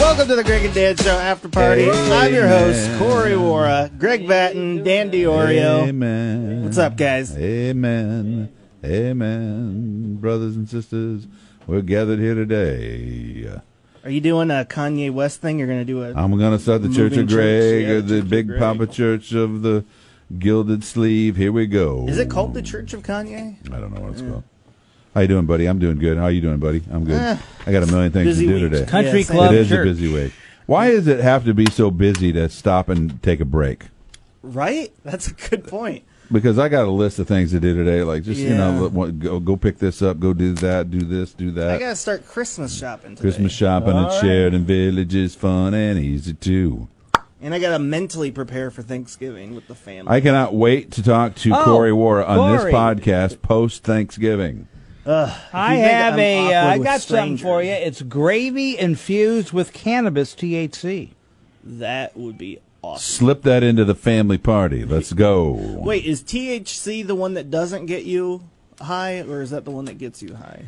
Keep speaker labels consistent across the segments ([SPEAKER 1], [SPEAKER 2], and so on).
[SPEAKER 1] Welcome to the Greg and Dan Show After Party. I'm your host, Corey Wara, Greg Batten, Dan Diorio.
[SPEAKER 2] Amen.
[SPEAKER 1] What's up, guys?
[SPEAKER 2] Amen. Amen. Brothers and sisters, we're gathered here today.
[SPEAKER 1] Are you doing a Kanye West thing? You're going to do a.
[SPEAKER 2] I'm going to start the Church
[SPEAKER 1] Moving
[SPEAKER 2] of
[SPEAKER 1] church,
[SPEAKER 2] Greg,
[SPEAKER 1] yeah,
[SPEAKER 2] uh,
[SPEAKER 1] the
[SPEAKER 2] the
[SPEAKER 1] Church of
[SPEAKER 2] Big
[SPEAKER 1] Greg.
[SPEAKER 2] Papa Church of the Gilded Sleeve. Here we go.
[SPEAKER 1] Is it called the Church of Kanye?
[SPEAKER 2] I don't know what it's called. How you doing, buddy? I'm doing good. How you doing, buddy? I'm good.
[SPEAKER 1] Eh,
[SPEAKER 2] I got a million things to
[SPEAKER 1] busy
[SPEAKER 2] do
[SPEAKER 1] week.
[SPEAKER 2] today.
[SPEAKER 1] Kind
[SPEAKER 3] Country
[SPEAKER 1] Yeah, same.
[SPEAKER 3] Club
[SPEAKER 2] it is
[SPEAKER 3] Church.
[SPEAKER 2] a busy week. Why does it have to be so busy to stop and take a break?
[SPEAKER 1] Right? That's a good point.
[SPEAKER 2] Because I got a list of things to do today, like just you
[SPEAKER 1] Yeah.
[SPEAKER 2] know, let- what- go go pick this up, go do that, do this, do
[SPEAKER 1] I
[SPEAKER 2] that.
[SPEAKER 1] got to start Christmas shopping today.
[SPEAKER 2] Christmas shopping and shared in village is fun and easy too.
[SPEAKER 1] And I got to mentally prepare for Thanksgiving with the family.
[SPEAKER 2] I cannot wait to talk to
[SPEAKER 3] Oh,
[SPEAKER 2] Corey Wara on this
[SPEAKER 3] Corey.
[SPEAKER 2] podcast post Thanksgiving.
[SPEAKER 3] I
[SPEAKER 1] you think
[SPEAKER 3] have
[SPEAKER 1] I'm
[SPEAKER 3] a. Uh,
[SPEAKER 1] awkward
[SPEAKER 3] I
[SPEAKER 1] with
[SPEAKER 3] got something
[SPEAKER 1] strangers?
[SPEAKER 3] for you. It's gravy infused with cannabis THC.
[SPEAKER 1] that would be awesome.
[SPEAKER 2] Slip that into the family party. Let's go.
[SPEAKER 1] Wait, is THC the one that doesn't get you high, or is that the one that gets you high?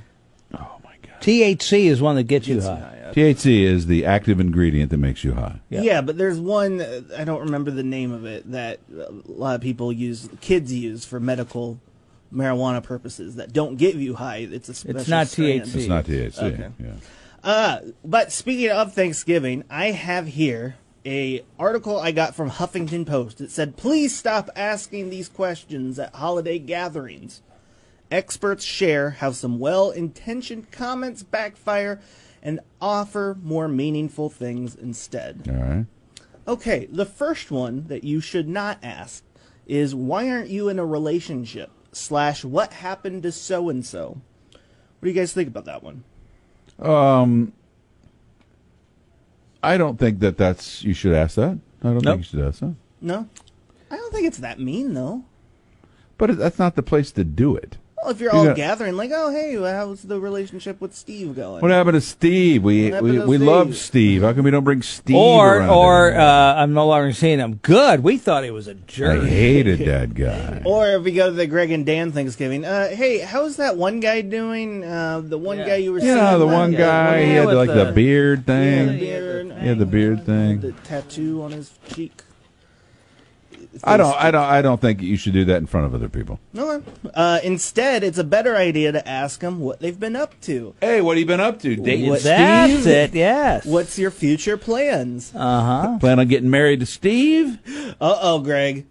[SPEAKER 2] Oh my god.
[SPEAKER 3] THC is one that gets you
[SPEAKER 1] Gets you
[SPEAKER 3] high.
[SPEAKER 1] high.
[SPEAKER 2] THC is the active ingredient that makes you high.
[SPEAKER 1] Yeah.
[SPEAKER 3] Yeah.
[SPEAKER 1] but there's one uh, I don't remember the name of it that a lot of people use, kids use for medical marijuana purposes that don't give you high. It's a special
[SPEAKER 3] not
[SPEAKER 1] strand.
[SPEAKER 3] THC.
[SPEAKER 2] It's not THC.
[SPEAKER 1] Okay.
[SPEAKER 2] Yeah.
[SPEAKER 1] Uh, but speaking of Thanksgiving, I have here a article I got from Huffington Post. It said, "Please stop asking these questions at holiday gatherings." Experts share how some well-intentioned comments backfire and offer more meaningful things instead.
[SPEAKER 2] All right.
[SPEAKER 1] Okay, the first one that you should not ask is why aren't you in a relationship? Slash, what happened to so and so? What do you guys think about that one?
[SPEAKER 2] I don't think that that's you should ask that. I don't
[SPEAKER 3] Nope.
[SPEAKER 2] think you should ask that.
[SPEAKER 1] No, I don't think it's that mean though.
[SPEAKER 2] But it, that's not the place to do it.
[SPEAKER 1] Well, if you're
[SPEAKER 2] You
[SPEAKER 1] all
[SPEAKER 2] got-
[SPEAKER 1] gathering, like, oh hey, how's the relationship with Steve going?
[SPEAKER 2] What happened to Steve? We
[SPEAKER 1] What happened
[SPEAKER 2] we,
[SPEAKER 1] to
[SPEAKER 2] we
[SPEAKER 1] Steve?
[SPEAKER 2] love Steve. How come we don't bring Steve
[SPEAKER 3] Or,
[SPEAKER 2] around
[SPEAKER 3] or
[SPEAKER 2] anymore?
[SPEAKER 3] uh, I'm no longer seeing him. Good. We thought he was a
[SPEAKER 2] I
[SPEAKER 3] jerk.
[SPEAKER 2] hated that guy.
[SPEAKER 1] Or if we go to the Greg and Dan Thanksgiving, uh, hey, how's that one guy doing? Uh, the one
[SPEAKER 3] Yeah.
[SPEAKER 1] guy you were
[SPEAKER 2] You know,
[SPEAKER 1] seeing
[SPEAKER 2] the
[SPEAKER 1] last
[SPEAKER 2] one
[SPEAKER 1] year?
[SPEAKER 2] guy, he
[SPEAKER 3] Yeah,
[SPEAKER 2] had
[SPEAKER 3] with
[SPEAKER 2] like the,
[SPEAKER 3] the-
[SPEAKER 2] beard
[SPEAKER 1] Yeah, the
[SPEAKER 2] thing.
[SPEAKER 1] beard.
[SPEAKER 2] He had the beard
[SPEAKER 1] The
[SPEAKER 2] thing.
[SPEAKER 1] tattoo on his cheek.
[SPEAKER 2] I don't I don't I don't think you should do that in front of other people.
[SPEAKER 1] No. Uh, instead, it's a better idea to ask them what they've been up to.
[SPEAKER 2] Hey, what have you been up to? Dating
[SPEAKER 1] What-
[SPEAKER 3] That's
[SPEAKER 1] Steve?
[SPEAKER 3] it. Yes.
[SPEAKER 1] What's your future plans? Uh
[SPEAKER 3] Uh huh.
[SPEAKER 2] Plan on getting married to Steve?
[SPEAKER 1] oh, Greg.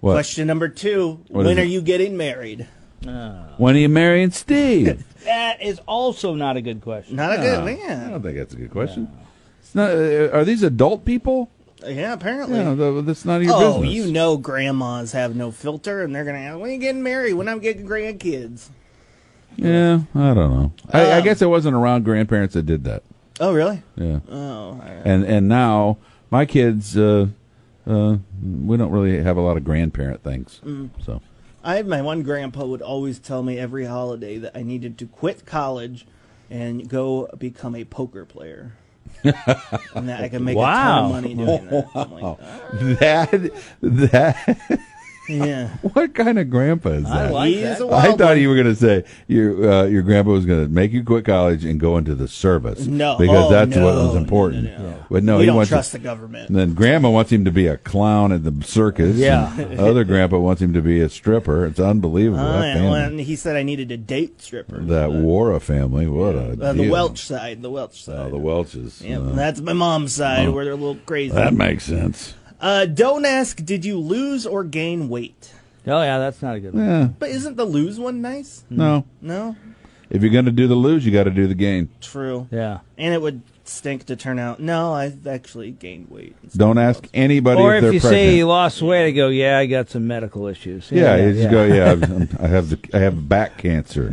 [SPEAKER 2] What?
[SPEAKER 1] Question number two
[SPEAKER 2] What
[SPEAKER 1] When
[SPEAKER 2] is
[SPEAKER 1] are
[SPEAKER 2] it?
[SPEAKER 1] you getting married?
[SPEAKER 2] When are you marrying Steve?
[SPEAKER 3] That is also not a good question.
[SPEAKER 1] Not a good
[SPEAKER 2] I
[SPEAKER 1] man.
[SPEAKER 2] don't think that's a good question. It's not. Uh, are these adult people?
[SPEAKER 1] Yeah, apparently.
[SPEAKER 2] Yeah, th- that's none of your
[SPEAKER 1] Oh,
[SPEAKER 2] business.
[SPEAKER 1] you know grandmas have no filter, and they're going to ask, when are you getting married? When I'm getting grandkids.
[SPEAKER 2] Yeah, I don't know. I, I guess I wasn't around grandparents that did that.
[SPEAKER 1] Oh, really?
[SPEAKER 2] Yeah,
[SPEAKER 1] Oh, all right.
[SPEAKER 2] and and now my kids, uh, uh, we don't really have a lot of grandparent things.
[SPEAKER 1] Mm.
[SPEAKER 2] So
[SPEAKER 1] I had my one grandpa would always tell me every holiday that I needed to quit college and go become a poker player. and that I could make
[SPEAKER 3] Wow.
[SPEAKER 1] a ton of money doing that. I'm like, "Uh,
[SPEAKER 2] that that
[SPEAKER 1] yeah.
[SPEAKER 2] what kind of grandpa is
[SPEAKER 3] I
[SPEAKER 2] that?
[SPEAKER 3] like
[SPEAKER 1] He's
[SPEAKER 3] that.
[SPEAKER 1] a
[SPEAKER 2] I
[SPEAKER 1] wild
[SPEAKER 2] thought
[SPEAKER 1] one.
[SPEAKER 2] you were going to say your uh, your grandpa was going to make you quit college and go into the service.
[SPEAKER 1] No.
[SPEAKER 2] because
[SPEAKER 1] Oh,
[SPEAKER 2] that's what
[SPEAKER 1] no,
[SPEAKER 2] was important.
[SPEAKER 1] no, no, no.
[SPEAKER 2] But no,
[SPEAKER 1] we
[SPEAKER 2] he
[SPEAKER 1] don't
[SPEAKER 2] wants
[SPEAKER 1] trust
[SPEAKER 2] to,
[SPEAKER 1] the government.
[SPEAKER 2] And then grandma wants him to be a clown at the circus.
[SPEAKER 3] Yeah.
[SPEAKER 2] and other grandpa wants him to be a stripper. It's unbelievable.
[SPEAKER 1] Uh,
[SPEAKER 2] that
[SPEAKER 1] and
[SPEAKER 2] family.
[SPEAKER 1] when he said I needed to date strippers.
[SPEAKER 2] That Wara family. What a
[SPEAKER 1] uh, the
[SPEAKER 2] deal.
[SPEAKER 1] Welch side, the Welch side.
[SPEAKER 2] Oh, the Welches.
[SPEAKER 1] yeah,
[SPEAKER 2] Uh,
[SPEAKER 1] that's my mom's side where they're a little crazy.
[SPEAKER 2] that makes sense.
[SPEAKER 1] Uh, don't ask, did you lose or gain weight?
[SPEAKER 3] Oh yeah, that's not a good one.
[SPEAKER 2] Yeah.
[SPEAKER 1] But isn't the lose one nice?
[SPEAKER 3] Hmm.
[SPEAKER 2] No.
[SPEAKER 1] No?
[SPEAKER 2] If you're going to do the lose, you got to do the gain.
[SPEAKER 1] True.
[SPEAKER 3] Yeah.
[SPEAKER 1] And it would stink to turn out. No, I've actually gained weight.
[SPEAKER 2] Don't ask anybody
[SPEAKER 3] Or
[SPEAKER 2] if
[SPEAKER 3] if
[SPEAKER 2] they're
[SPEAKER 3] you
[SPEAKER 2] pregnant.
[SPEAKER 3] say you lost weight, I go, yeah, I got some medical issues.
[SPEAKER 2] yeah, you just go. Yeah, I've- I'm- I have the, I have back cancer.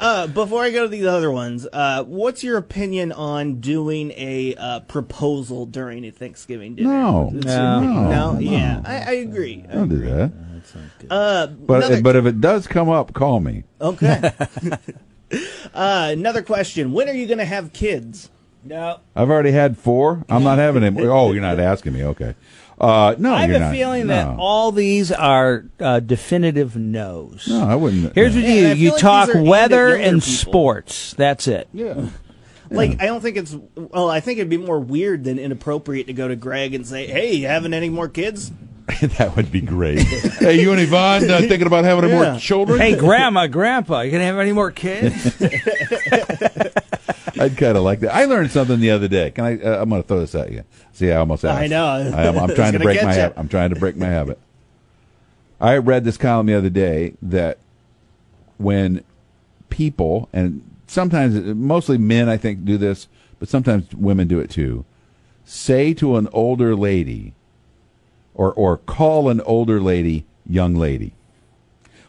[SPEAKER 1] Uh, before I go to these other ones, uh, what's your opinion on doing a uh, proposal during a Thanksgiving dinner?
[SPEAKER 2] No.
[SPEAKER 1] It's-
[SPEAKER 3] No.
[SPEAKER 1] no,
[SPEAKER 2] No.
[SPEAKER 1] yeah, I, I agree.
[SPEAKER 2] Don't do that.
[SPEAKER 1] Uh,
[SPEAKER 2] But
[SPEAKER 1] another-
[SPEAKER 2] but if it does come up, call me.
[SPEAKER 1] okay. uh, another question: When are you going to have kids?
[SPEAKER 3] No.
[SPEAKER 2] I've already had four. I'm not having any. Oh, you're not asking me. Okay. Uh, no,
[SPEAKER 3] I have
[SPEAKER 2] you're
[SPEAKER 3] a
[SPEAKER 2] not.
[SPEAKER 3] feeling
[SPEAKER 2] No.
[SPEAKER 3] that all these are uh, definitive no's.
[SPEAKER 2] No, I wouldn't.
[SPEAKER 3] Here's
[SPEAKER 2] no.
[SPEAKER 3] what
[SPEAKER 1] Yeah,
[SPEAKER 3] you
[SPEAKER 1] and I
[SPEAKER 3] do:
[SPEAKER 1] feel
[SPEAKER 3] you
[SPEAKER 1] like
[SPEAKER 3] talk
[SPEAKER 1] these are aimed at
[SPEAKER 3] weather
[SPEAKER 1] younger
[SPEAKER 3] and
[SPEAKER 1] people.
[SPEAKER 3] sports. That's it.
[SPEAKER 2] yeah.
[SPEAKER 1] Like, I don't think it's. Well, I think it'd be more weird than inappropriate to go to Greg and say, "Hey, you having any more kids?"
[SPEAKER 2] that would be great. hey, you and Yvonne uh, thinking about having
[SPEAKER 1] Yeah.
[SPEAKER 2] more children?
[SPEAKER 3] Hey, Grandma, Grandpa, you gonna have any more kids?
[SPEAKER 2] I'd kind of like that. I learned something the other day. Can I? Uh, I'm going to throw this at you. See, I almost asked.
[SPEAKER 1] I know.
[SPEAKER 2] I, am I'm
[SPEAKER 1] It's
[SPEAKER 2] trying to
[SPEAKER 1] gonna
[SPEAKER 2] break
[SPEAKER 1] get
[SPEAKER 2] my.
[SPEAKER 1] ya.
[SPEAKER 2] Habit. I'm trying to break my habit. I read this column the other day that when people and sometimes mostly men, I think, do this, but sometimes women do it too. Say to an older lady, or or call an older lady, young lady.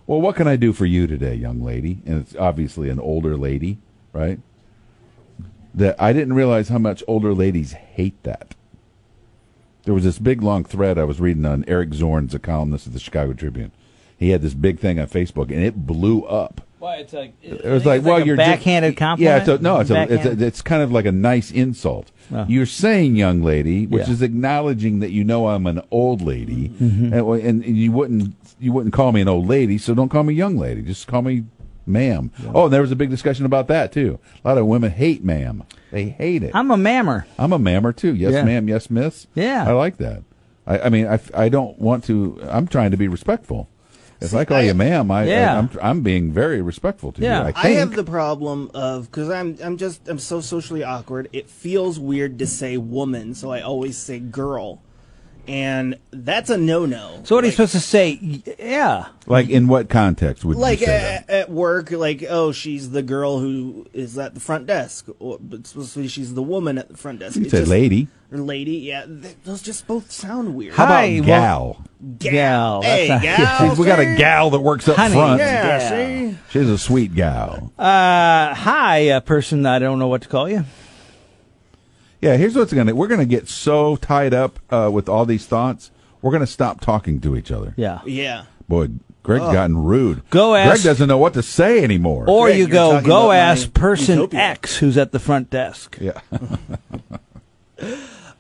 [SPEAKER 2] Well, what can I do for you today, young lady? And it's obviously an older lady, right? that I didn't realize how much older ladies hate that. There was this big long thread I was reading on Eric Zorn's a columnist of the Chicago Tribune. He had this big thing on Facebook, and it blew up.
[SPEAKER 4] Why it's like
[SPEAKER 2] It was like,
[SPEAKER 3] it's
[SPEAKER 2] well,
[SPEAKER 3] like a
[SPEAKER 2] you're just-
[SPEAKER 3] backhanded
[SPEAKER 2] Yeah,
[SPEAKER 3] compliment?
[SPEAKER 2] it's a, no, it's, a, it's,
[SPEAKER 3] Backhand.
[SPEAKER 2] a, it's kind of like a nice insult. You're saying young lady, which
[SPEAKER 3] Yeah.
[SPEAKER 2] is acknowledging that you know I'm an old lady, and, well, and you wouldn't you wouldn't call me an old lady, so don't call me young lady. Just call me ma'am. Oh, and there was a big discussion about that too. A lot of women hate ma'am. They hate it.
[SPEAKER 3] I'm a mammer.
[SPEAKER 2] I'm a mammer too. Yes,
[SPEAKER 3] Yeah.
[SPEAKER 2] ma'am. Yes, miss.
[SPEAKER 3] Yeah.
[SPEAKER 2] I like that. I, I mean, I, f- I don't want to. I'm trying to be respectful. If I call
[SPEAKER 1] I-
[SPEAKER 2] you ma'am, I,
[SPEAKER 3] Yeah.
[SPEAKER 2] I I'm I'm being very respectful to
[SPEAKER 3] Yeah.
[SPEAKER 2] you. I, think.
[SPEAKER 1] I have the problem of because I'm I'm just I'm so socially awkward. It feels weird to say woman, so I always say girl, and that's a no no.
[SPEAKER 3] So what are you supposed to say? Yeah.
[SPEAKER 2] like in what context would
[SPEAKER 1] like uh,
[SPEAKER 2] you say that?
[SPEAKER 1] at, at work, like oh, she's the girl who is at the front desk, or but it's supposed to be she's the woman at the front desk.
[SPEAKER 2] You
[SPEAKER 1] It
[SPEAKER 2] said
[SPEAKER 1] just-
[SPEAKER 2] lady.
[SPEAKER 1] or lady. Yeah, th- those just both sound weird.
[SPEAKER 3] How-
[SPEAKER 2] How
[SPEAKER 3] Hi,
[SPEAKER 2] about
[SPEAKER 3] well-
[SPEAKER 2] gal?
[SPEAKER 1] gal?
[SPEAKER 3] Gal,
[SPEAKER 1] Hey,
[SPEAKER 3] that's
[SPEAKER 1] gal.
[SPEAKER 2] Jeez, we got a
[SPEAKER 1] sir.
[SPEAKER 2] gal that works up
[SPEAKER 3] Honey,
[SPEAKER 2] front.
[SPEAKER 1] Yeah,
[SPEAKER 3] Yeah.
[SPEAKER 1] see?
[SPEAKER 2] She's a sweet gal.
[SPEAKER 3] Uh, hi, uh, person. I don't know what to call you.
[SPEAKER 2] Yeah, here's what's gonna. We're gonna get so tied up uh, with all these thoughts. We're gonna stop talking to each other.
[SPEAKER 3] Yeah.
[SPEAKER 1] Yeah.
[SPEAKER 2] Boy, Greg gotten rude.
[SPEAKER 3] Go
[SPEAKER 2] Greg
[SPEAKER 3] ask-
[SPEAKER 2] doesn't know what to say anymore.
[SPEAKER 3] Or
[SPEAKER 1] Greg,
[SPEAKER 3] you
[SPEAKER 1] you're
[SPEAKER 3] go,
[SPEAKER 1] talking about
[SPEAKER 3] go
[SPEAKER 1] my
[SPEAKER 3] ask person
[SPEAKER 1] utopia.
[SPEAKER 3] X who's at the front desk.
[SPEAKER 2] yeah.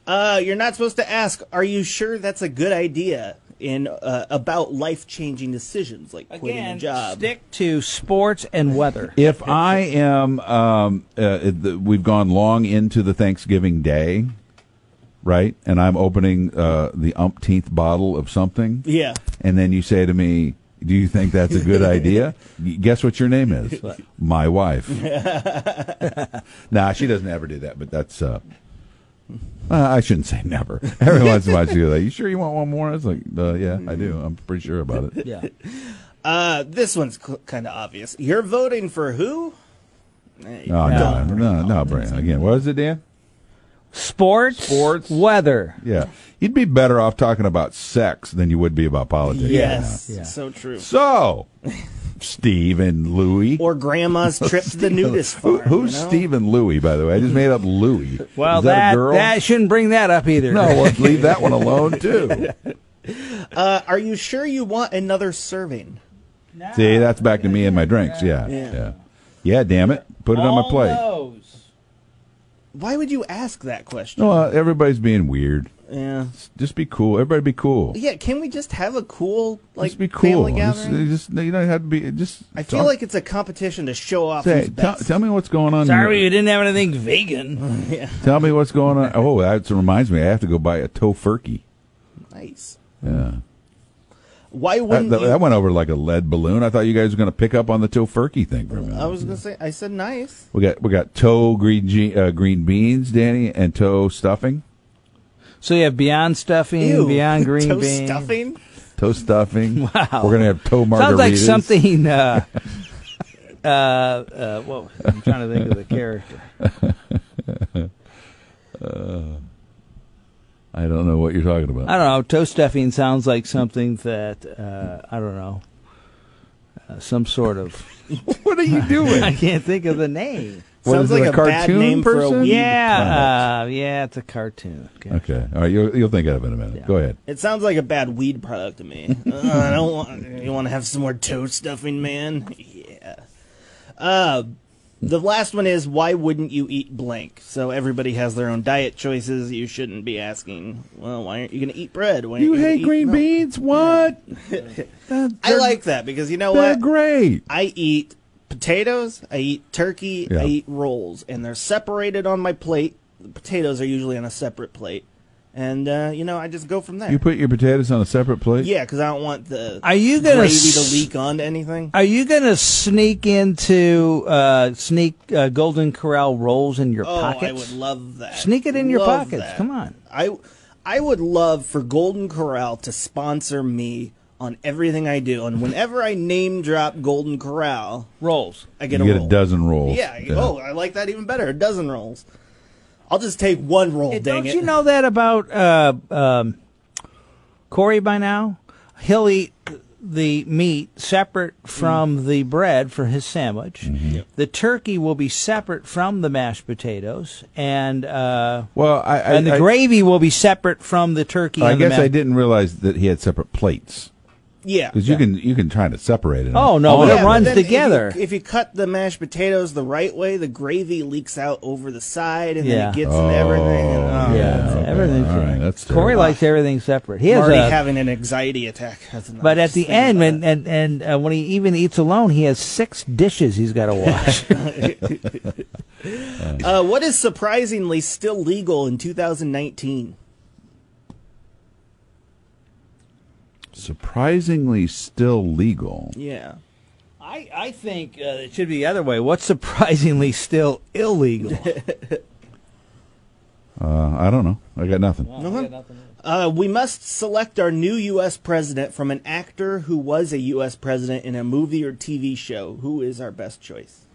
[SPEAKER 1] Uh, you're not supposed to ask. Are you sure that's a good idea? In uh, about life changing decisions like quitting a
[SPEAKER 3] Again,
[SPEAKER 1] job.
[SPEAKER 3] stick to sports and weather.
[SPEAKER 2] If I am, um, uh, the, we've gone long into the Thanksgiving day, right? And I'm opening uh, the umpteenth bottle of something,
[SPEAKER 1] yeah.
[SPEAKER 2] and then you say to me, "Do you think that's a good idea?" Y- Guess what your name is? My wife. nah, she doesn't ever do that, but that's. Uh, uh, I shouldn't say never. Every once in a while, she's like, "You sure you want one more?" I was like, uh, "Yeah, I do. I'm pretty sure about it."
[SPEAKER 3] Yeah.
[SPEAKER 1] Uh, this one's cl- kind of obvious. You're voting for who? Hey,
[SPEAKER 2] Oh, no, no, no, Brian. Again, what is it, Dan?
[SPEAKER 3] Sports,
[SPEAKER 2] Sports.
[SPEAKER 3] weather.
[SPEAKER 2] Yeah. You'd be better off talking about sex than you would be about politics.
[SPEAKER 1] Yes.
[SPEAKER 3] Yeah.
[SPEAKER 1] So true.
[SPEAKER 2] So, Steve and Louie.
[SPEAKER 1] Or grandma's trip to the nudist
[SPEAKER 2] Who,
[SPEAKER 1] farm.
[SPEAKER 2] who's
[SPEAKER 1] you know?
[SPEAKER 2] Steve and Louie, by the way? I just made up Louie.
[SPEAKER 3] Well,
[SPEAKER 2] Is that,
[SPEAKER 3] that,
[SPEAKER 2] a girl?
[SPEAKER 3] that shouldn't bring that up either.
[SPEAKER 2] no, let's leave that one alone, too.
[SPEAKER 1] Uh, are you sure you want another serving?
[SPEAKER 2] See, that's back to me and my drinks. Yeah.
[SPEAKER 1] Yeah.
[SPEAKER 2] Yeah. Yeah, damn it. Put it on my plate.
[SPEAKER 3] Oh,
[SPEAKER 1] Why would you ask that question?
[SPEAKER 2] No, uh, everybody's being weird.
[SPEAKER 1] Yeah.
[SPEAKER 2] Just be cool. Everybody be cool.
[SPEAKER 1] Yeah, can we just have a cool like
[SPEAKER 2] just be cool.
[SPEAKER 1] family
[SPEAKER 2] Just,
[SPEAKER 1] gathering?
[SPEAKER 2] just- you don't have to be. Just
[SPEAKER 1] I feel
[SPEAKER 2] talk-
[SPEAKER 1] like it's a competition to show off
[SPEAKER 2] Say,
[SPEAKER 1] who's
[SPEAKER 2] tell,
[SPEAKER 1] best.
[SPEAKER 2] tell me what's going on. in your-
[SPEAKER 3] Sorry, you didn't have anything vegan.
[SPEAKER 2] Tell me what's going on. Oh, that reminds me. I have to go buy a tofurkey.
[SPEAKER 1] nice.
[SPEAKER 2] Yeah.
[SPEAKER 1] Why
[SPEAKER 2] That,
[SPEAKER 1] wouldn't
[SPEAKER 2] that,
[SPEAKER 1] you?
[SPEAKER 2] that went over like a lead balloon. I thought you guys were going to pick up on the tofurkey thing for a minute.
[SPEAKER 1] I was gonna say I said nice.
[SPEAKER 2] we got we got toe green je- uh, green beans, Danny, and toe stuffing.
[SPEAKER 3] So you have Beyond Stuffing,
[SPEAKER 1] Ew.
[SPEAKER 3] Beyond Green
[SPEAKER 1] Toast
[SPEAKER 3] Bean.
[SPEAKER 1] stuffing.
[SPEAKER 2] Toe stuffing.
[SPEAKER 3] Wow.
[SPEAKER 2] We're going to have toe margaritas.
[SPEAKER 3] Sounds like something. Uh, uh, uh, what was- I'm trying to think of the character.
[SPEAKER 2] I don't know what you're talking about.
[SPEAKER 3] I don't know. Toe stuffing sounds like something that uh, I don't know. Uh, some sort of.
[SPEAKER 2] what are you
[SPEAKER 3] I
[SPEAKER 2] doing?
[SPEAKER 3] can't think of the name.
[SPEAKER 2] What,
[SPEAKER 1] Sounds
[SPEAKER 2] is it,
[SPEAKER 1] like
[SPEAKER 2] a
[SPEAKER 1] a bad
[SPEAKER 2] cartoon
[SPEAKER 1] name for a
[SPEAKER 2] person?
[SPEAKER 1] weed
[SPEAKER 3] Yeah, uh, yeah, it's a cartoon. Okay.
[SPEAKER 2] Okay. All right. You'll, you'll think of it in a minute.
[SPEAKER 3] Yeah.
[SPEAKER 2] Go ahead.
[SPEAKER 1] It sounds like a bad weed product to me. uh, I don't want. You want to have some more toe stuffing, man? Yeah. Uh, the last one is why wouldn't you eat blank? So everybody has their own diet choices. You shouldn't be asking. Well, why aren't you going to eat bread? Why aren't
[SPEAKER 2] You
[SPEAKER 1] gonna
[SPEAKER 2] hate
[SPEAKER 1] eat
[SPEAKER 2] green
[SPEAKER 1] milk?"
[SPEAKER 2] beans? What? Uh,
[SPEAKER 1] I
[SPEAKER 2] they're-
[SPEAKER 1] like that because you know
[SPEAKER 2] They're
[SPEAKER 1] what?
[SPEAKER 2] great.
[SPEAKER 1] I eat potatoes, I eat turkey,
[SPEAKER 2] Yeah.
[SPEAKER 1] I eat rolls, and they're separated on my plate. The potatoes are usually on a separate plate, and uh, you know I just go from there.
[SPEAKER 2] You put your potatoes on a separate plate?
[SPEAKER 1] yeah, because I don't want the
[SPEAKER 3] Are you gonna
[SPEAKER 1] gravy
[SPEAKER 3] s-
[SPEAKER 1] to leak onto anything.
[SPEAKER 3] Are you gonna sneak into uh, sneak uh, Golden Corral rolls in your
[SPEAKER 1] oh,
[SPEAKER 3] pockets?
[SPEAKER 1] I would love that.
[SPEAKER 3] Sneak it in your
[SPEAKER 1] Love
[SPEAKER 3] pockets.
[SPEAKER 1] that.
[SPEAKER 3] Come on.
[SPEAKER 1] I I would love for Golden Corral to sponsor me on everything I do, and whenever I name drop Golden Corral,
[SPEAKER 3] rolls.
[SPEAKER 1] I get
[SPEAKER 2] You
[SPEAKER 1] a
[SPEAKER 2] get
[SPEAKER 1] roll.
[SPEAKER 2] a dozen rolls.
[SPEAKER 1] Yeah. I- Oh, I like that even better. A dozen rolls. I'll just take one roll. dang
[SPEAKER 3] Don't
[SPEAKER 1] it.
[SPEAKER 3] you know that about uh, um, Corey by now? He'll eat the meat separate from
[SPEAKER 1] Mm.
[SPEAKER 3] the bread for his sandwich.
[SPEAKER 1] Mm-hmm.
[SPEAKER 3] The turkey will be separate from the mashed potatoes, and uh,
[SPEAKER 2] Well, I, I,
[SPEAKER 3] and the
[SPEAKER 2] I-
[SPEAKER 3] gravy will be separate from the turkey.
[SPEAKER 2] I
[SPEAKER 3] and the
[SPEAKER 2] guess
[SPEAKER 3] ma-
[SPEAKER 2] I didn't realize that he had separate plates
[SPEAKER 1] Yeah.
[SPEAKER 2] because you can you can try to separate it.
[SPEAKER 3] Oh, no,
[SPEAKER 2] I don't
[SPEAKER 3] that
[SPEAKER 2] know.
[SPEAKER 1] but
[SPEAKER 3] runs
[SPEAKER 1] then if you-
[SPEAKER 3] together.
[SPEAKER 1] If you, cut the mashed potatoes the right way, the gravy leaks out over the side, and then
[SPEAKER 3] Yeah.
[SPEAKER 1] it gets into everything. And, oh,
[SPEAKER 3] Yeah,
[SPEAKER 2] okay.
[SPEAKER 3] everything's
[SPEAKER 2] All right, that's
[SPEAKER 3] Corey
[SPEAKER 2] terrible.
[SPEAKER 3] likes everything separate. He
[SPEAKER 1] I'm
[SPEAKER 3] has
[SPEAKER 1] already
[SPEAKER 3] a,
[SPEAKER 1] having an anxiety attack. That's enough.
[SPEAKER 3] but at
[SPEAKER 1] Just
[SPEAKER 3] the
[SPEAKER 1] thinking
[SPEAKER 3] end,
[SPEAKER 1] about
[SPEAKER 3] and
[SPEAKER 1] it.
[SPEAKER 3] and, and uh, when he even eats alone, he has six dishes he's got to wash.
[SPEAKER 1] uh, what is surprisingly still legal in 2019?
[SPEAKER 2] surprisingly still legal.
[SPEAKER 1] Yeah.
[SPEAKER 3] I, I think uh, it should be the other way. What's surprisingly still illegal?
[SPEAKER 2] Uh, I don't know. I got nothing.
[SPEAKER 1] Uh, we must select our new U.S. president from an actor who was a U.S. president in a movie or TV show. Who is our best choice?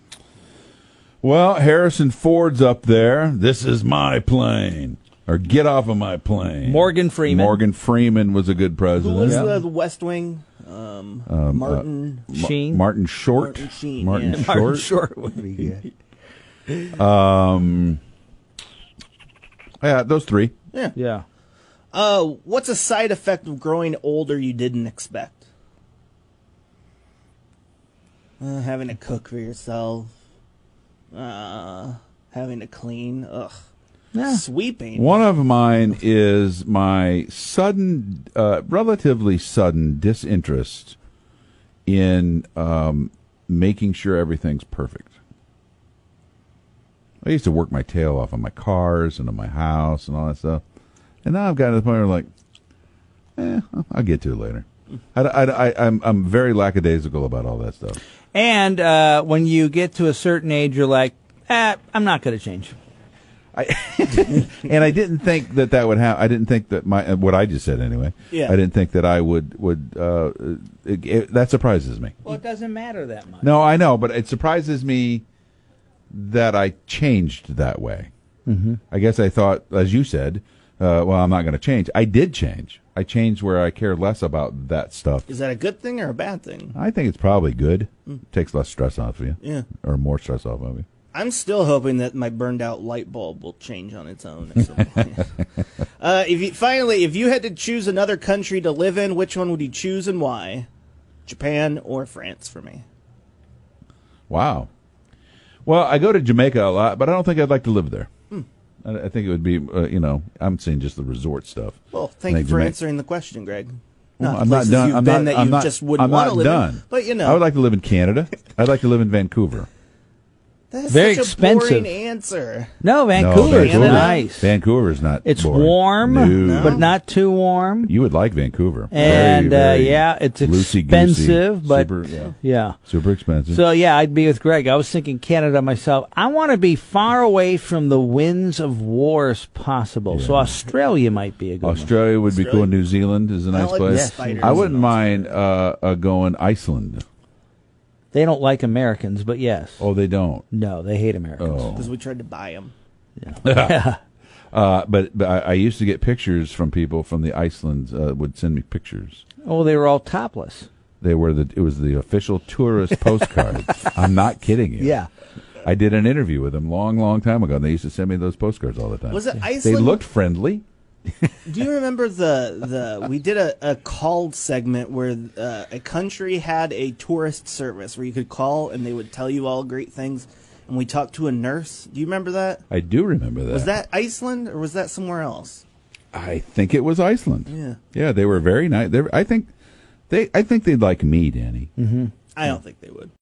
[SPEAKER 2] Well, Harrison Ford's up there. This is my plane. Or get off of my plane.
[SPEAKER 3] Morgan Freeman.
[SPEAKER 2] Morgan Freeman was a good president.
[SPEAKER 1] Who was
[SPEAKER 2] Yeah.
[SPEAKER 1] the, the West Wing? Um, Martin.
[SPEAKER 3] Sheen.
[SPEAKER 2] Martin Short.
[SPEAKER 1] Martin Sheen,
[SPEAKER 2] Martin
[SPEAKER 1] yeah.
[SPEAKER 2] Short.
[SPEAKER 3] Martin Short would be good.
[SPEAKER 2] Yeah, those three.
[SPEAKER 1] yeah.
[SPEAKER 3] yeah.
[SPEAKER 1] Uh, what's a side effect of growing older you didn't expect? Uh, having to cook for yourself. Uh, having to clean. Ugh.
[SPEAKER 3] Yeah.
[SPEAKER 1] Sweeping.
[SPEAKER 2] One of mine is my sudden, uh, relatively sudden disinterest in um, making sure everything's perfect. I used to work my tail off on my cars and on my house and all that stuff. And now I've gotten to the point where I'm like, eh, I'll get to it later. I, am I'm very lackadaisical about all that stuff.
[SPEAKER 3] And uh, when you get to a certain age, you're like, eh, I'm not going to change.
[SPEAKER 2] and I didn't think that that would happen. I didn't think that my uh, what I just said anyway.
[SPEAKER 1] Yeah.
[SPEAKER 2] I didn't think that I would would. Uh, it, it, that surprises me.
[SPEAKER 3] Well, it doesn't matter that much.
[SPEAKER 2] No, I know, but it surprises me that I changed that way. Mm-hmm. I guess I thought, as you said, uh, well, I'm not going to change. I did change. I changed where I care less about that stuff.
[SPEAKER 1] Is that a good thing or a bad thing?
[SPEAKER 2] I think it's probably good. It takes less stress off of you.
[SPEAKER 1] Mm. Yeah.
[SPEAKER 2] Or more stress off of you.
[SPEAKER 1] I'm still hoping that my burned out light bulb will change on its own. At some point. uh, if you, finally, if you had to choose another country to live in, which one would you choose and why? Japan or France for me?
[SPEAKER 2] Wow. Well, I go to Jamaica a lot, but I don't think I'd like to live there.
[SPEAKER 1] Hmm.
[SPEAKER 2] I, I think it would be, uh, you know, I'm seeing just the resort stuff.
[SPEAKER 1] Well, thank
[SPEAKER 2] I
[SPEAKER 1] you
[SPEAKER 2] think
[SPEAKER 1] for
[SPEAKER 2] Jamaica-
[SPEAKER 1] answering the question, Greg.
[SPEAKER 2] Well,
[SPEAKER 1] the
[SPEAKER 2] I'm not
[SPEAKER 1] places
[SPEAKER 2] done.
[SPEAKER 1] You've
[SPEAKER 2] I'm
[SPEAKER 1] been
[SPEAKER 2] not,
[SPEAKER 1] that
[SPEAKER 2] I'm
[SPEAKER 1] you
[SPEAKER 2] not,
[SPEAKER 1] just wouldn't
[SPEAKER 2] I'm
[SPEAKER 1] want
[SPEAKER 2] not
[SPEAKER 1] to live
[SPEAKER 2] done.
[SPEAKER 1] in. But you know,
[SPEAKER 2] I would like to live in Canada. I'd like to live in Vancouver.
[SPEAKER 1] that's
[SPEAKER 3] Very
[SPEAKER 1] such a
[SPEAKER 3] expensive.
[SPEAKER 1] boring answer.
[SPEAKER 3] No,
[SPEAKER 2] No,
[SPEAKER 3] Vancouver's
[SPEAKER 1] Vancouver.
[SPEAKER 3] nice.
[SPEAKER 2] Vancouver's not.
[SPEAKER 3] it's
[SPEAKER 2] boring.
[SPEAKER 3] warm,
[SPEAKER 2] No.
[SPEAKER 3] but not too warm.
[SPEAKER 2] You would like Vancouver.
[SPEAKER 3] And, uh, yeah, it's
[SPEAKER 2] loosey-goosey,
[SPEAKER 3] expensive, but-
[SPEAKER 2] super, yeah,
[SPEAKER 3] yeah.
[SPEAKER 2] super expensive.
[SPEAKER 3] So yeah, I'd be with Greg. I was thinking Canada myself. I want to be far away from the winds of war as possible. So Australia might be a good one.
[SPEAKER 2] Australia would be cool.
[SPEAKER 1] Australia.
[SPEAKER 2] New Zealand is a nice
[SPEAKER 1] like
[SPEAKER 2] place.
[SPEAKER 1] spiders
[SPEAKER 2] I wouldn't
[SPEAKER 1] in
[SPEAKER 2] mind uh, uh, going Iceland.
[SPEAKER 3] They don't like Americans, but yes.
[SPEAKER 2] Oh, they don't.
[SPEAKER 3] No, they hate Americans.
[SPEAKER 2] Oh.
[SPEAKER 1] Because we tried to buy them.
[SPEAKER 2] Uh, but but I, I used to get pictures from people from the Iceland uh, would send me pictures.
[SPEAKER 3] Oh, they were all topless.
[SPEAKER 2] They were the it was the official tourist postcard. I'm not kidding you. I did an interview with them long, long time ago. and They used to send me those postcards all the time.
[SPEAKER 1] Was it
[SPEAKER 2] They
[SPEAKER 1] Iceland?
[SPEAKER 2] looked friendly.
[SPEAKER 1] Do you remember the the we did a, a called segment where uh, a country had a tourist service where you could call and they would tell you all great things, and we talked to a nurse. Do you remember that?
[SPEAKER 2] I do remember that.
[SPEAKER 1] Was that Iceland or was that somewhere else?
[SPEAKER 2] I think it was Iceland.
[SPEAKER 1] Yeah.
[SPEAKER 2] Yeah, they were very nice. They were- I think they I think they'd like me, Danny.
[SPEAKER 1] I don't think they would.